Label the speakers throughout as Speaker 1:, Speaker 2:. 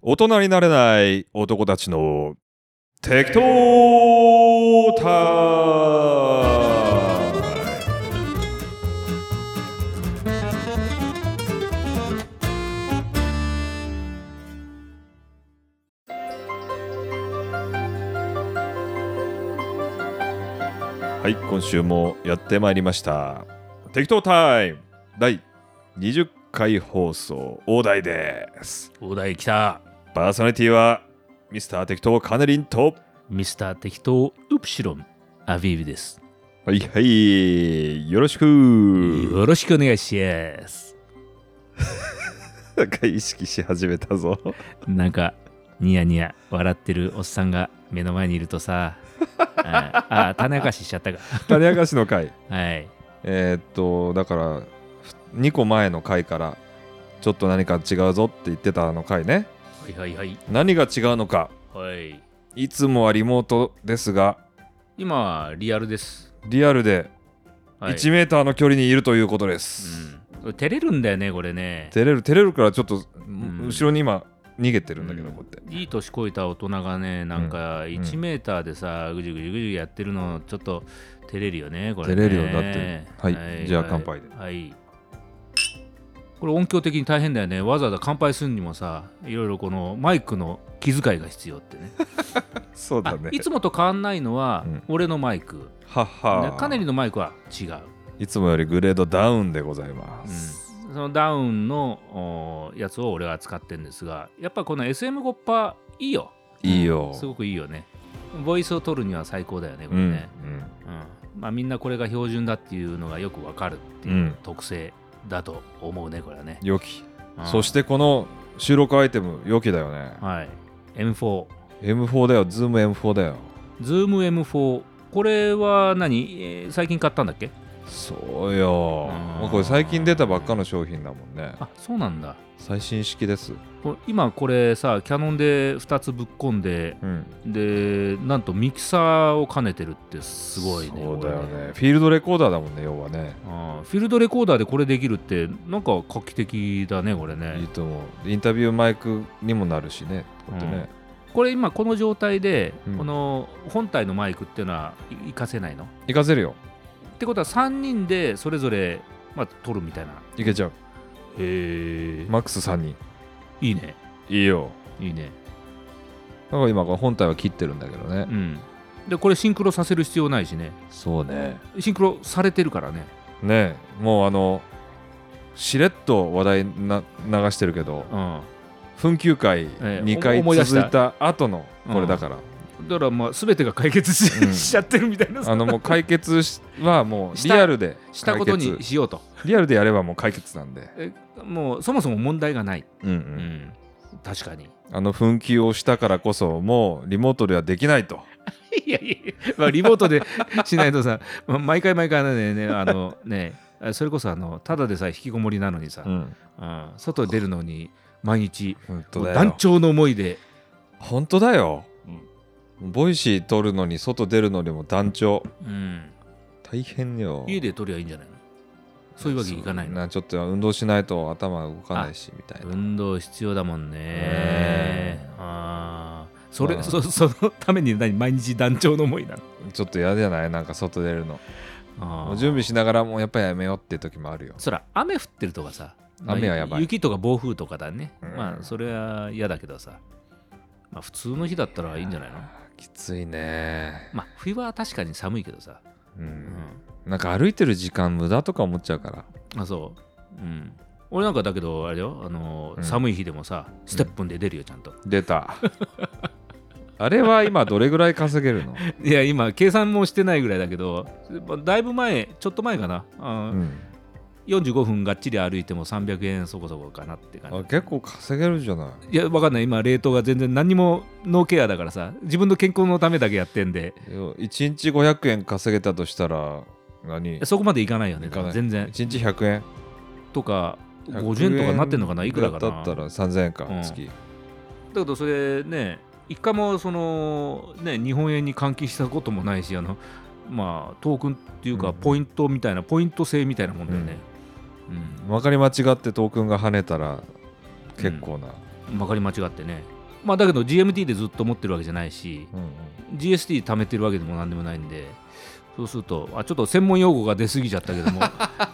Speaker 1: 大人になれない男たちの適当タイムはい、今週もやってまいりました。適当タイム第20回放送、大台です。
Speaker 2: お題来た
Speaker 1: パーソナリティは、ミスター適当カネリンと、
Speaker 2: ミスター適当ウプシロンアビーブです
Speaker 1: はいはい、よろしく。
Speaker 2: よろしくお願いします
Speaker 1: なんか意識し始めたぞ。
Speaker 2: なんかニヤニヤ笑ってるおっさんが目の前にいるとさああ種明かししちゃったか
Speaker 1: 種明かしの回。
Speaker 2: はい
Speaker 1: えーっと、だから、2個前の回から、ちょっと何か違うぞって言ってたあの回ね。
Speaker 2: はいはいはい
Speaker 1: 何が違うのか。
Speaker 2: はい
Speaker 1: いつもはリモートですが、
Speaker 2: 今リアルです、
Speaker 1: リアルで
Speaker 2: はい
Speaker 1: 1メーターの距離にいるということです。
Speaker 2: うん、照れるんだよねこれね
Speaker 1: 照れる照れるからちょっと、
Speaker 2: ん
Speaker 1: 後ろに今逃げてるんだけど、
Speaker 2: うん
Speaker 1: こうやって
Speaker 2: いい年こいた大人がねなんか
Speaker 1: ん
Speaker 2: 1メーターでさ、ぐじゅぐじゅぐじゅやってるのちょっと照れるよねこれね
Speaker 1: 照れるよだってはいじゃあ乾杯で
Speaker 2: はいこれ音響的に大変だよねわざわざ乾杯するにもさいろいろこのマイクの気遣いが必要ってね
Speaker 1: そうだね
Speaker 2: あいつもと変わんないのは、
Speaker 1: うん
Speaker 2: 俺のマイク
Speaker 1: はっは
Speaker 2: でカネリのマイクは違う、
Speaker 1: いつもよりグレードダウンでございま
Speaker 2: うん、
Speaker 1: す、
Speaker 2: そのダウンのおーやつを俺は使ってるんですがやっぱこの SM5 パいいよ
Speaker 1: いいよ
Speaker 2: すごくいいよねボイスを取るには最高だよねこ
Speaker 1: う
Speaker 2: れ
Speaker 1: ん
Speaker 2: ね、うんまあ、みんなこれが標準だっていうのがよくわかるって
Speaker 1: う
Speaker 2: いうん特性だと思うねこれはね
Speaker 1: う、ん良き、
Speaker 2: うん
Speaker 1: そしてこの収録アイテム良きだよね、
Speaker 2: はい M4
Speaker 1: M4 だよズーム M4 だよ
Speaker 2: ズーム M4 これは何、えー最近買ったんだっけ
Speaker 1: そうよ
Speaker 2: うん
Speaker 1: もうこれ最近出たばっかの商品だもんね
Speaker 2: あそうなんだ
Speaker 1: 最新式です
Speaker 2: これ今これさキャノンで2つぶっ込んで
Speaker 1: うん
Speaker 2: でなんとミキサーを兼ねてるってすごいね
Speaker 1: そうだよ
Speaker 2: これ
Speaker 1: ねフィールドレコーダーだもんね要はね
Speaker 2: うんフィールドレコーダーでこれできるってなんか画期的だねこれね
Speaker 1: いいと思うインタビューマイクにもなるしねこうやってね、
Speaker 2: これ今この状態で、
Speaker 1: うん
Speaker 2: この本体のマイクっていうのはい活かせないの
Speaker 1: 行かせるよ
Speaker 2: ってことは3人でそれぞれ、まあ、撮るみたいな
Speaker 1: 行けちゃう
Speaker 2: へえ、
Speaker 1: マックス3人
Speaker 2: いいね
Speaker 1: いいよ
Speaker 2: いいね
Speaker 1: だから今これ本体は切ってるんだけどね、
Speaker 2: うんでこれシンクロさせる必要ないしね
Speaker 1: そうね
Speaker 2: シンクロされてるからね
Speaker 1: ねえもうあのしれっと話題な流してるけど
Speaker 2: う
Speaker 1: 紛糾会
Speaker 2: ええ
Speaker 1: 2回
Speaker 2: 思い出し
Speaker 1: 続
Speaker 2: た
Speaker 1: いた後のこれだから、
Speaker 2: んだからまあ全てが解決し,、
Speaker 1: うん
Speaker 2: しちゃってるみたいな
Speaker 1: あのもう解決しはもうリアルで解決
Speaker 2: したことにしようと
Speaker 1: リアルでやればもう解決なんで、
Speaker 2: えもうそもそも問題がない、
Speaker 1: うんう
Speaker 2: うんん、確かに
Speaker 1: あの紛糾をしたからこそもうリモートではできないと
Speaker 2: いやいや、まあ、リモートでしないとさ まあ毎回毎回ねねあのねあそれこそあのただでさえ引きこもりなのにさ、
Speaker 1: ん
Speaker 2: うん外出るのに毎日
Speaker 1: 本当だ
Speaker 2: 団
Speaker 1: よ
Speaker 2: 長の思いで
Speaker 1: 本当だよ、ボイシー撮るのに外出るのにも団長
Speaker 2: うん、
Speaker 1: 大変よ
Speaker 2: 家で取りゃいいんじゃないのそういうわけいかない
Speaker 1: そ
Speaker 2: の
Speaker 1: うなちょっと運動しないと頭動かないしみたいな
Speaker 2: 運動必要だもんね
Speaker 1: ね
Speaker 2: あーそれ、
Speaker 1: まあ
Speaker 2: そ そのために何毎日団長の思いなの
Speaker 1: ちょっと嫌じゃないなんか外出るの
Speaker 2: あー
Speaker 1: もう準備しながらもうやっぱりやめようっていう時もあるよ
Speaker 2: そら雨降ってるとかさまあ
Speaker 1: 雨はやばい
Speaker 2: 雪とか暴風とかだね、
Speaker 1: うん
Speaker 2: まあそれは嫌だけどさ、まあ、普通の日だったらいいんじゃないの
Speaker 1: あーきついね
Speaker 2: まあ冬は確かに寒いけどさ、
Speaker 1: うん、
Speaker 2: う
Speaker 1: なんか歩いてる時間無駄とか思っちゃうから
Speaker 2: ん、あそううん俺なんかだけどあれよあのー、
Speaker 1: うん
Speaker 2: 寒い日でもさステップンで出るよちゃんと、
Speaker 1: 出 たあれは今どれぐらい稼げる の、
Speaker 2: いや今計算もしてないぐらいだけどまあだいぶ前ちょっと前かな、あ
Speaker 1: う
Speaker 2: ー
Speaker 1: ん、
Speaker 2: 45分がっちり歩いても300円そこそこかなって感
Speaker 1: あ結構稼げるじゃない
Speaker 2: じいやわかんない今冷凍が全然何にもノーケアだからさ自分の健康のためだけやってんで
Speaker 1: 1日500円稼げたとしたら何
Speaker 2: そこまでいかないよね
Speaker 1: いかない
Speaker 2: 全然
Speaker 1: 1日100円
Speaker 2: とか50円とかなってんのかないくらか
Speaker 1: だ
Speaker 2: な
Speaker 1: ったら3000円か、
Speaker 2: うん
Speaker 1: 月
Speaker 2: だけどそれね一回もそのね日本円に換金したこともないしあのまあトークンっていう
Speaker 1: う
Speaker 2: か
Speaker 1: ん
Speaker 2: ポイントみたいな、ポイント制みたいなもんだよね、うん
Speaker 1: 分かり間違ってトークンが跳ねたら結構な、
Speaker 2: うまかり間違ってねまあだけど GMT でずっと持ってるわけじゃないし
Speaker 1: うんうん
Speaker 2: GST 貯めてるわけでも何でもないんでそうするとあちょっと専門用語が出過ぎちゃったけど も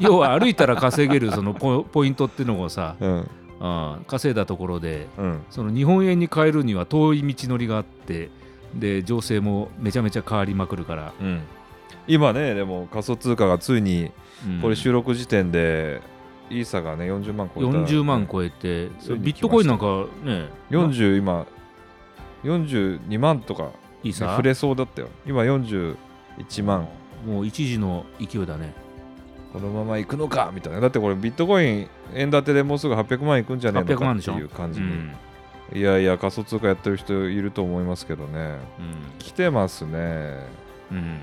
Speaker 2: 要は歩いたら稼げるそのポポイントっていうのをさ、
Speaker 1: うん
Speaker 2: うん稼いだところで
Speaker 1: うん
Speaker 2: その日本円に変えるには遠い道のりがあってで情勢もめちゃめちゃ変わりまくるから、
Speaker 1: うん今ねでも仮想通貨がついに
Speaker 2: うん
Speaker 1: これ収録時点でイーサがね40万超えた
Speaker 2: 40万超えて
Speaker 1: ついに来ました
Speaker 2: ビットコインなんかね
Speaker 1: 40今42万とか
Speaker 2: いいさ
Speaker 1: 触れそうだったよ今41万
Speaker 2: もう一時の勢いだね
Speaker 1: このまま行くのかみたいなだってこれビットコイン円建てでもうすぐ800万いくんじゃねえの
Speaker 2: 800
Speaker 1: か
Speaker 2: 万
Speaker 1: っ
Speaker 2: でしてょ
Speaker 1: いう感じ
Speaker 2: う
Speaker 1: に、
Speaker 2: ん
Speaker 1: いやいや仮想通貨やってる人いると思いますけどね来てますね
Speaker 2: うんうん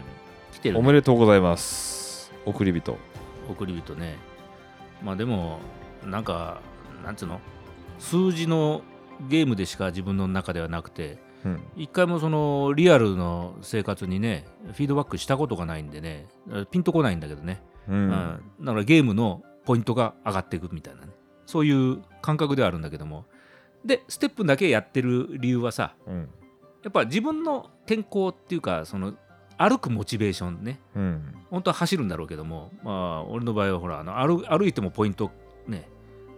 Speaker 2: 来てる
Speaker 1: お
Speaker 2: ね
Speaker 1: めでとうございます送り人
Speaker 2: 送り人ねまあでもなんかなんつうの数字のゲームでしか自分の中ではなくて
Speaker 1: うん
Speaker 2: 一回もそのリアルの生活にねフィードバックしたことがないんでねピンとこないんだけどね
Speaker 1: う
Speaker 2: うんん、だからゲームのポイントが上がっていくみたいなねそういう感覚ではあるんだけどもでステップだけやってる理由はさ
Speaker 1: うん
Speaker 2: やっぱ自分の健康っていうかその歩くモチベーションね
Speaker 1: うん
Speaker 2: 本当は走るんだろうけども、まあ、俺の場合はほらあの歩歩いてもポイントね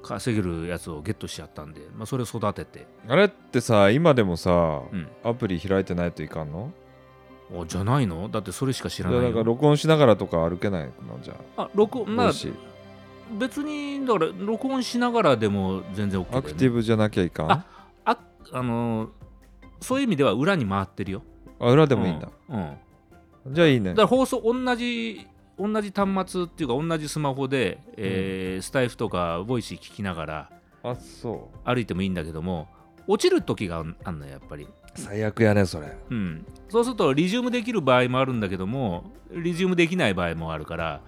Speaker 2: 稼げるやつをゲットしちゃったんで、まあ、それを育てて、
Speaker 1: あれってさ今でもさ、
Speaker 2: うん、
Speaker 1: アプリ開いてないといかんの
Speaker 2: おじゃないのだってそれしか知
Speaker 1: だ
Speaker 2: ら
Speaker 1: か
Speaker 2: ない
Speaker 1: ら
Speaker 2: よ
Speaker 1: 録音しながらとか歩けないのじゃ
Speaker 2: あ録
Speaker 1: あ、
Speaker 2: 音まあ
Speaker 1: もし
Speaker 2: 別にだから録音しながらでも全然 OK だよ、ね、
Speaker 1: アクティブじゃなきゃいかんあ
Speaker 2: あああのーそういう意味では裏に回ってるよ。
Speaker 1: 裏でもいいんだ、、
Speaker 2: うん。うん
Speaker 1: じゃあいいね
Speaker 2: だから放送同じ同じ端末っていうか同じスマホで、えースタイフとかボイシー聞きながら
Speaker 1: あそ
Speaker 2: 歩いてもいいんだけども落ちる時があんあんのよやっぱり。
Speaker 1: う最悪やねそれ
Speaker 2: うん。そうするとリジウムできる場合もあるんだけどもリジウムできない場合もあるから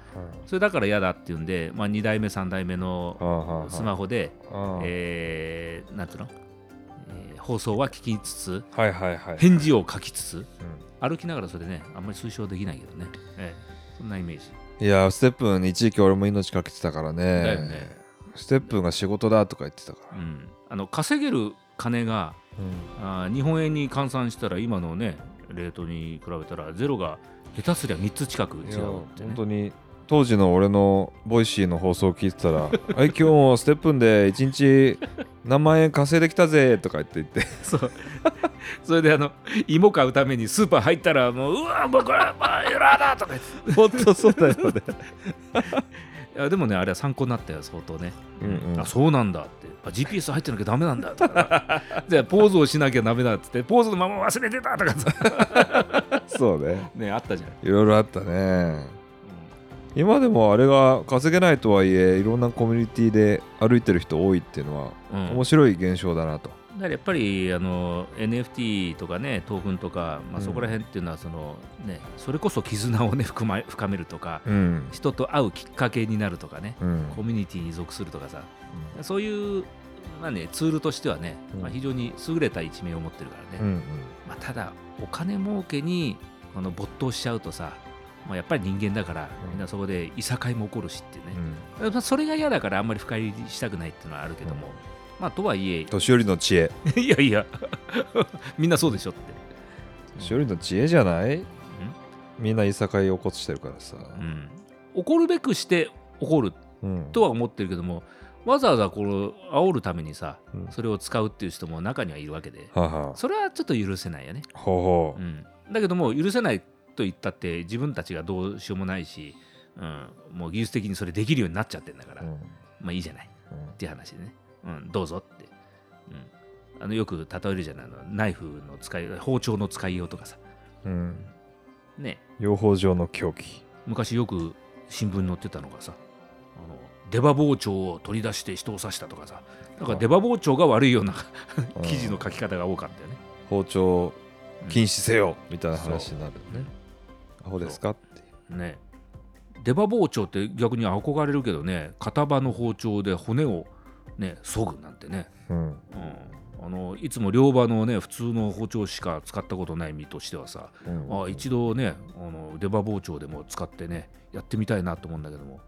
Speaker 2: それだから嫌だっていうんで、まあ、2台目3台目のスマ
Speaker 1: ホ
Speaker 2: ホで、
Speaker 1: はい
Speaker 2: えー、なんていうの、えー放送は聞きつつ
Speaker 1: はいはい
Speaker 2: 返事を書きつつ
Speaker 1: う
Speaker 2: 歩きながらそれねあんまり推奨できないけどね、ええ、そんなイメージ
Speaker 1: んいやーステップン一時期俺も命かけてたからね
Speaker 2: だよね
Speaker 1: ステップンが仕事だとか言ってたか
Speaker 2: う
Speaker 1: ら、
Speaker 2: んあの稼げる金があー日本円に換算したら今のねレートに比べたらゼロが下手すりゃ3つ近く違
Speaker 1: いや
Speaker 2: うって、ね
Speaker 1: 本、当に当時の俺のボイシーの放送を聞いてた ら「はい今日もステップンで一日何万円稼いできたぜ」とか言って言って
Speaker 2: そう それであの芋買うためにスーパー入ったらもううわ僕はまあエラーだとか言って
Speaker 1: 本当そうだよね
Speaker 2: いやでもねあれは参考になったよ相当ね、
Speaker 1: うんうん
Speaker 2: あそうなんだってあ GPS 入ってな きゃダメなんだとかじゃあポーズをしなきゃダメだっつってポーズのまま忘れてたとかさ
Speaker 1: そうね
Speaker 2: ねあったじゃない、
Speaker 1: いろいろあったね今でもあれが稼げないとはいえいろんなコミュニティで歩いてる人多いっていうのは
Speaker 2: うん
Speaker 1: 面白い現象だなと、
Speaker 2: だからやっぱりあの NFT とかねトークンとか、
Speaker 1: う
Speaker 2: まあ、
Speaker 1: ん
Speaker 2: そこら辺っていうのはその、ね、それこそ絆をね深ま深めるとか
Speaker 1: うん
Speaker 2: 人と会うきっかけになるとかね
Speaker 1: うん
Speaker 2: コミュニティに属するとかさそういう、まあね、ツールとしてはね、
Speaker 1: うん
Speaker 2: まあ、非常に優れた一面を持ってるからね、
Speaker 1: うん
Speaker 2: まあ、ただお金儲けにこの没頭しちゃうとさ、まあ、やっぱり人間だから
Speaker 1: うん
Speaker 2: みんなそこでいさかいも起こるしっていう
Speaker 1: う
Speaker 2: ね、
Speaker 1: ん
Speaker 2: まあそれが嫌だからあんまり深入りしたくないっていうのはあるけども、
Speaker 1: うん
Speaker 2: まあとはいえ
Speaker 1: 年寄りの知恵
Speaker 2: いやいやみんなそうでしょって。
Speaker 1: 年寄りの知恵じゃない
Speaker 2: うん
Speaker 1: みんないさかい起こしてるからさ、
Speaker 2: うん、怒るべくして怒る
Speaker 1: うん
Speaker 2: とは思ってるけどもわざわざこの煽るためにさ
Speaker 1: うん
Speaker 2: それを使うっていう人も中にはいるわけで
Speaker 1: はは
Speaker 2: それはちょっと許せないよね、
Speaker 1: ほうほ
Speaker 2: う、
Speaker 1: うん
Speaker 2: だけども許せないと言ったって自分たちがどうしようもないし、うん、もう技術的にそれできるようになっちゃってんだから、
Speaker 1: うん
Speaker 2: まあいいじゃない
Speaker 1: うん
Speaker 2: っていう話でね、うん、どうぞって、うん、あのよく例えるじゃないあのナイフの使い包丁の使いようとかさ
Speaker 1: うん
Speaker 2: ね
Speaker 1: 養蜂場の狂気
Speaker 2: 昔よく新聞に載ってたのがさあの出刃包丁を取り出して人を刺したとかさだから出刃包丁が悪いような記事の書き方が多かったよね
Speaker 1: 包丁
Speaker 2: うん
Speaker 1: 禁止せよみたいな話になるねアホですかって
Speaker 2: ね出刃包丁って逆に憧れるけどね片刃の包丁で骨をね削ぐなんてね、
Speaker 1: うん
Speaker 2: うん、あのいつも両刃のね普通の包丁しか使ったことない身としてはさ
Speaker 1: うん
Speaker 2: あ一度ねあの出刃包丁でも使ってねやってみたいなと思うんだけども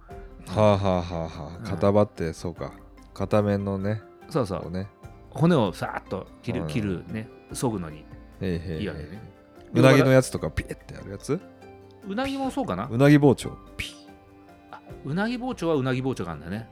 Speaker 1: はあはあはあはあ
Speaker 2: うん
Speaker 1: 片張ってそうか片面のね
Speaker 2: さあさあ
Speaker 1: をね
Speaker 2: 骨をさーっと切る,、
Speaker 1: うん
Speaker 2: 切るね削ぐのに
Speaker 1: ええええ
Speaker 2: いいわけね
Speaker 1: うなぎのやつとかピエってやるやつ
Speaker 2: うなぎもそうかな
Speaker 1: うなぎ包丁ピ
Speaker 2: あうなぎ包丁はうなぎ包丁があるんだね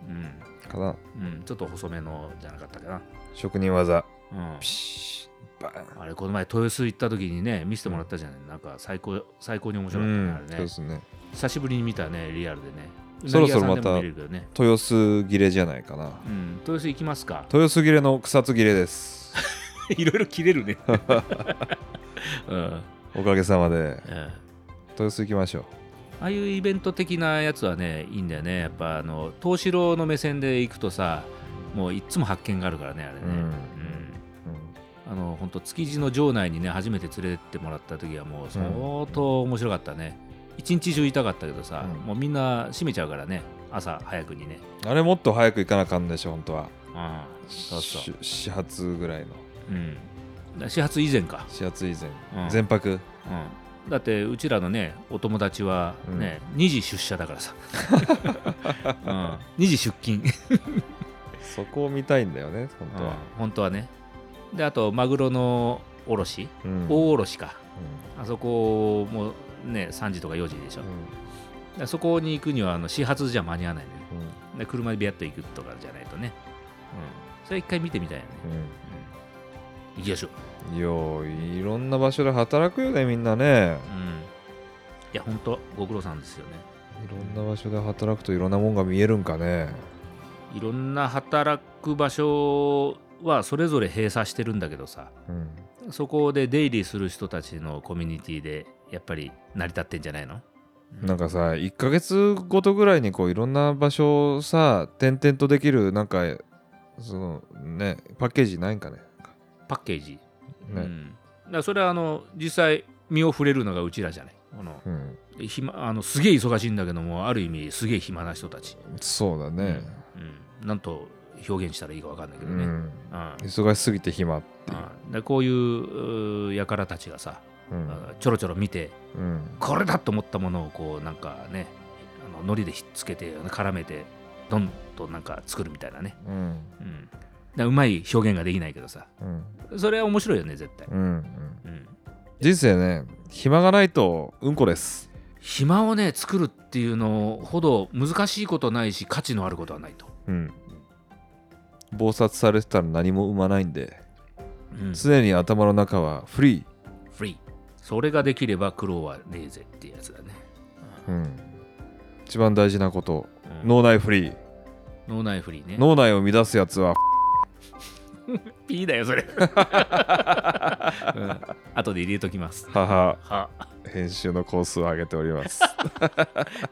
Speaker 1: かな
Speaker 2: うん、うん、ちょっと細めのじゃなかったかな、
Speaker 1: 職人技
Speaker 2: うん
Speaker 1: ピ、シッバーン
Speaker 2: あれこの前豊洲行った時にね見せてもらったじゃないなんか最高最高に面白かったね、あれ
Speaker 1: そう
Speaker 2: ね
Speaker 1: ですね
Speaker 2: 久しぶりに見たねリアルでね
Speaker 1: そろそろまた
Speaker 2: うなぎ屋さんでも見れるけどね
Speaker 1: 豊洲切れじゃないかな
Speaker 2: うん、豊洲行きま すか
Speaker 1: 豊洲切れの草津切れです
Speaker 2: いろいろ切れるね、 うん
Speaker 1: おかげさまで
Speaker 2: ええ
Speaker 1: 豊洲行きましょう
Speaker 2: ああいうイベント的なやつはねいいんだよねやっぱあの東四郎の目線で行くとさもういっつも発見があるからねあれね、
Speaker 1: うんうん
Speaker 2: うんあの本当築地の城内にね初めて連れてってもらった時はもう相当面白かったね、一日中いたかったけどさ、
Speaker 1: うん
Speaker 2: もうみんな閉めちゃうからね朝早くにね
Speaker 1: あれもっと早く行かなあかんでしょ本当は
Speaker 2: うんそうそう
Speaker 1: し始発ぐらいの
Speaker 2: うんだ始発以前か、
Speaker 1: 始発以前
Speaker 2: うん
Speaker 1: 全泊
Speaker 2: うん、だってうちらのねお友達はね、2時出社 だからさ、うん、2時出勤
Speaker 1: そこを見たいんだよね本当
Speaker 2: うん
Speaker 1: は
Speaker 2: 本当はねであとマグロの卸し、
Speaker 1: うん
Speaker 2: 大卸しか
Speaker 1: う
Speaker 2: あそこもね3時とか4時でしょ、
Speaker 1: ん
Speaker 2: でそこに行くにはあの始発じゃ間に合わないのよ
Speaker 1: うん
Speaker 2: で車でビャッと行くとかじゃないとね、うん、それ一回見てみたいよね、
Speaker 1: う
Speaker 2: うん、行きましょう、
Speaker 1: んいやーいろんな場所で働くよねみんなね
Speaker 2: うん、いや本当ご苦労さんですよね
Speaker 1: いろんな場所で働くといろんなもんが見えるんかね
Speaker 2: いろんな働く場所はそれぞれ閉鎖してるんだけどさ
Speaker 1: うん
Speaker 2: そこで出入りする人たちのコミュニティでやっぱり成り立ってんじゃないの
Speaker 1: なんかさ1ヶ月ごとぐらいにこういろんな場所をさ転々とできるなんかそのねパッケージないんかね
Speaker 2: パッケージ、う
Speaker 1: ね
Speaker 2: ん、だからそれはあの実際身を触れるのがうちらじゃないあの
Speaker 1: うん
Speaker 2: 暇あのすげえ忙しいんだけどもある意味すげえ暇な人たち、
Speaker 1: そうだね
Speaker 2: うん、なんと表現したらいいか分かんないけ
Speaker 1: う
Speaker 2: どね、うん
Speaker 1: ん忙しすぎて暇っていう
Speaker 2: うんでこういうやからたちがさ、
Speaker 1: うん
Speaker 2: ちょろちょろ見て
Speaker 1: うん
Speaker 2: これだと思ったものをこうなんかねあの海苔でひっつけて絡めてどんとなんか作るみたいなね、
Speaker 1: うん
Speaker 2: うん、だからうまい表現ができないけどさ
Speaker 1: うん
Speaker 2: それは面白いよね絶対、
Speaker 1: うんうん
Speaker 2: うん、
Speaker 1: 人生ね暇がないとうんこです
Speaker 2: 暇をね作るっていうのほど難しいことないし価値のあることはないと、
Speaker 1: うん忙殺されてたら何も生まないんで
Speaker 2: うん、フ
Speaker 1: 常に頭の中はフリ
Speaker 2: リーそれができれば苦労はねえぜっていうやつだね、
Speaker 1: ーうん一番大事なこと
Speaker 2: うん
Speaker 1: 脳内フリー
Speaker 2: 脳内フリーね
Speaker 1: 脳内を乱すやつは
Speaker 2: ピーだよそれ、うん、後で入れときます
Speaker 1: 母
Speaker 2: は
Speaker 1: 編集のコースを上げております。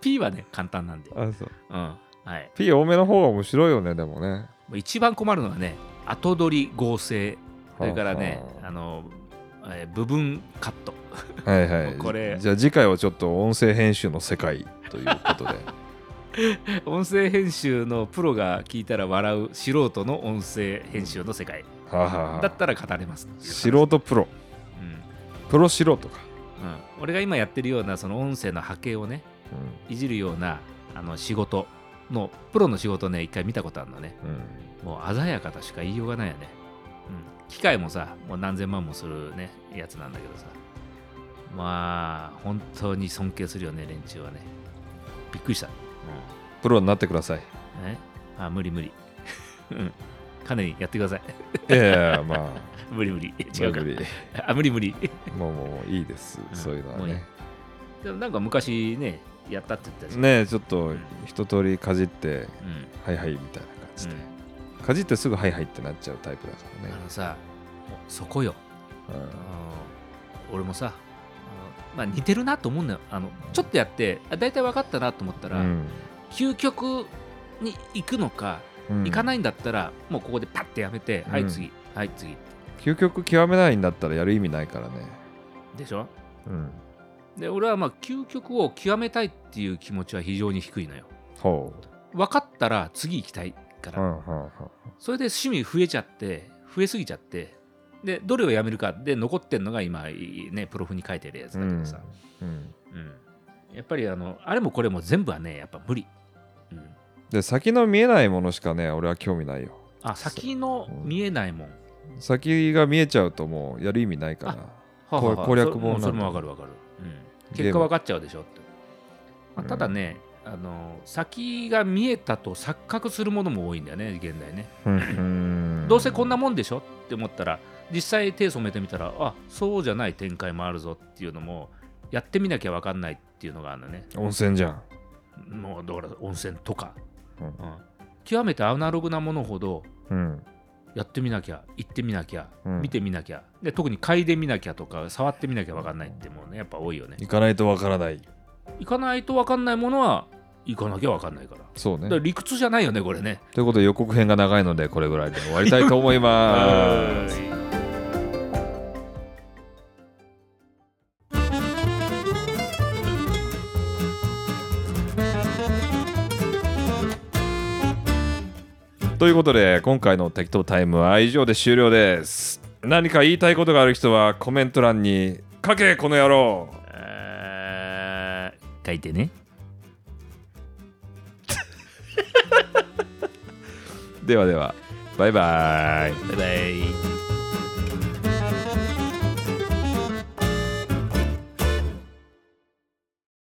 Speaker 2: ピーはね簡単なんで、うん
Speaker 1: あそう
Speaker 2: はい、
Speaker 1: P 多めの方が面白いよね、でもね。
Speaker 2: 一番困るのはね後取り合成それから
Speaker 1: はあ
Speaker 2: ね
Speaker 1: はあ
Speaker 2: あの、えー部分カット
Speaker 1: はいはい。
Speaker 2: これ
Speaker 1: じゃあ次回はちょっと音声編集の世界ということ で。
Speaker 2: 音声編集のプロが聞いたら笑う素人の音声編集の世界
Speaker 1: はあはあ
Speaker 2: だったら語れます
Speaker 1: 素
Speaker 2: 人、
Speaker 1: 人プロ、
Speaker 2: うん
Speaker 1: プロ素人か。
Speaker 2: うん俺が今やってるようなその音声の波形をねいじるようなあの仕事のプロの仕事ね一回見たことあるのね
Speaker 1: うん。うん。
Speaker 2: もう鮮やかとしか言いようがないよね、うん、機械もさもう何千万もするねやつなんだけどさまあ本当に尊敬するよね連中はねびっくりした、
Speaker 1: プロになってくださ い。
Speaker 2: うん、えあ無理無理 うんかなりやってください
Speaker 1: いやいや、まあ、
Speaker 2: 無理無理違うか
Speaker 1: 無理無理
Speaker 2: あ無理無理
Speaker 1: もうもういいです、
Speaker 2: うん
Speaker 1: そういうのは
Speaker 2: もうい
Speaker 1: ね。
Speaker 2: でもなんか昔ねやったって言ったじゃん、
Speaker 1: ねえ、ちょっと一通りかじって、
Speaker 2: うんうん
Speaker 1: はいはいみたいな感じで。かじってすぐはいはいってなっちゃうタイプだから
Speaker 2: あ
Speaker 1: ね。
Speaker 2: のさもうそこよ
Speaker 1: うん
Speaker 2: あの俺もさあのまあ似てるなと思うんだよあのちょっとやってあ大体分かったなと思ったら、
Speaker 1: うん
Speaker 2: 究極に行くのか、
Speaker 1: うん
Speaker 2: 行かないんだったらもうここでパッてやめて、
Speaker 1: うん
Speaker 2: はい次はい次
Speaker 1: 究極極めないんだったらやる意味ないからね。
Speaker 2: でしょ
Speaker 1: うん。
Speaker 2: で俺はまあ究極を極めたいっていう気持ちは非常に低いのよ
Speaker 1: ほ
Speaker 2: 分かったら次行きたいか
Speaker 1: う。う
Speaker 2: ら、
Speaker 1: んうんうん
Speaker 2: それで趣味増えちゃって増えすぎちゃってでどれをやめるかで残ってんのが今いいねプロフに書いてるやつだけどさ、
Speaker 1: うん。
Speaker 2: うんやっぱりあのあれもこれも全部はねやっぱ無理、うん、
Speaker 1: で、先の見えないものしかね、俺は興味ないよ。
Speaker 2: あ先の見えないもん
Speaker 1: 先が見えちゃうともうやる意味ないから
Speaker 2: はあはあはあ
Speaker 1: 攻略
Speaker 2: それ
Speaker 1: 本
Speaker 2: うそれも
Speaker 1: な
Speaker 2: わ
Speaker 1: ん
Speaker 2: か
Speaker 1: だ
Speaker 2: るわかる、う
Speaker 1: ゲ
Speaker 2: ん、
Speaker 1: ーム
Speaker 2: 結果わかっちゃうでしょって、まあ、
Speaker 1: うん
Speaker 2: ただね、あの先が見えたと錯覚するものも多いんだよね現代ねどうせこんなもんでしょって思ったら実際手染めてみたらあそうじゃない展開もあるぞっていうのもやってみなきゃわかんないっていうのがあるのね
Speaker 1: 温泉じゃん
Speaker 2: もうだから温泉とか、
Speaker 1: うん
Speaker 2: うん極めてアナログなものほど
Speaker 1: うん
Speaker 2: やってみなきゃ行ってみなきゃ、
Speaker 1: うん
Speaker 2: 見てみなきゃで特に嗅いでみなきゃとか触ってみなきゃわかんないってもうねやっぱ多いよね
Speaker 1: 行かないとわからない
Speaker 2: 行かないとわかんないものは行かなきゃわかんないから
Speaker 1: そう
Speaker 2: だ
Speaker 1: ね
Speaker 2: から理屈じゃないよねこれね
Speaker 1: ということで予告編が長いのでこれぐらいで終わりたいと思いますということで今回の適当タイムは以上で終了です何か言いたいことがある人はコメント欄に「書けこの野郎!
Speaker 2: えー書いてね」
Speaker 1: ではではバイバイ
Speaker 2: バイバイ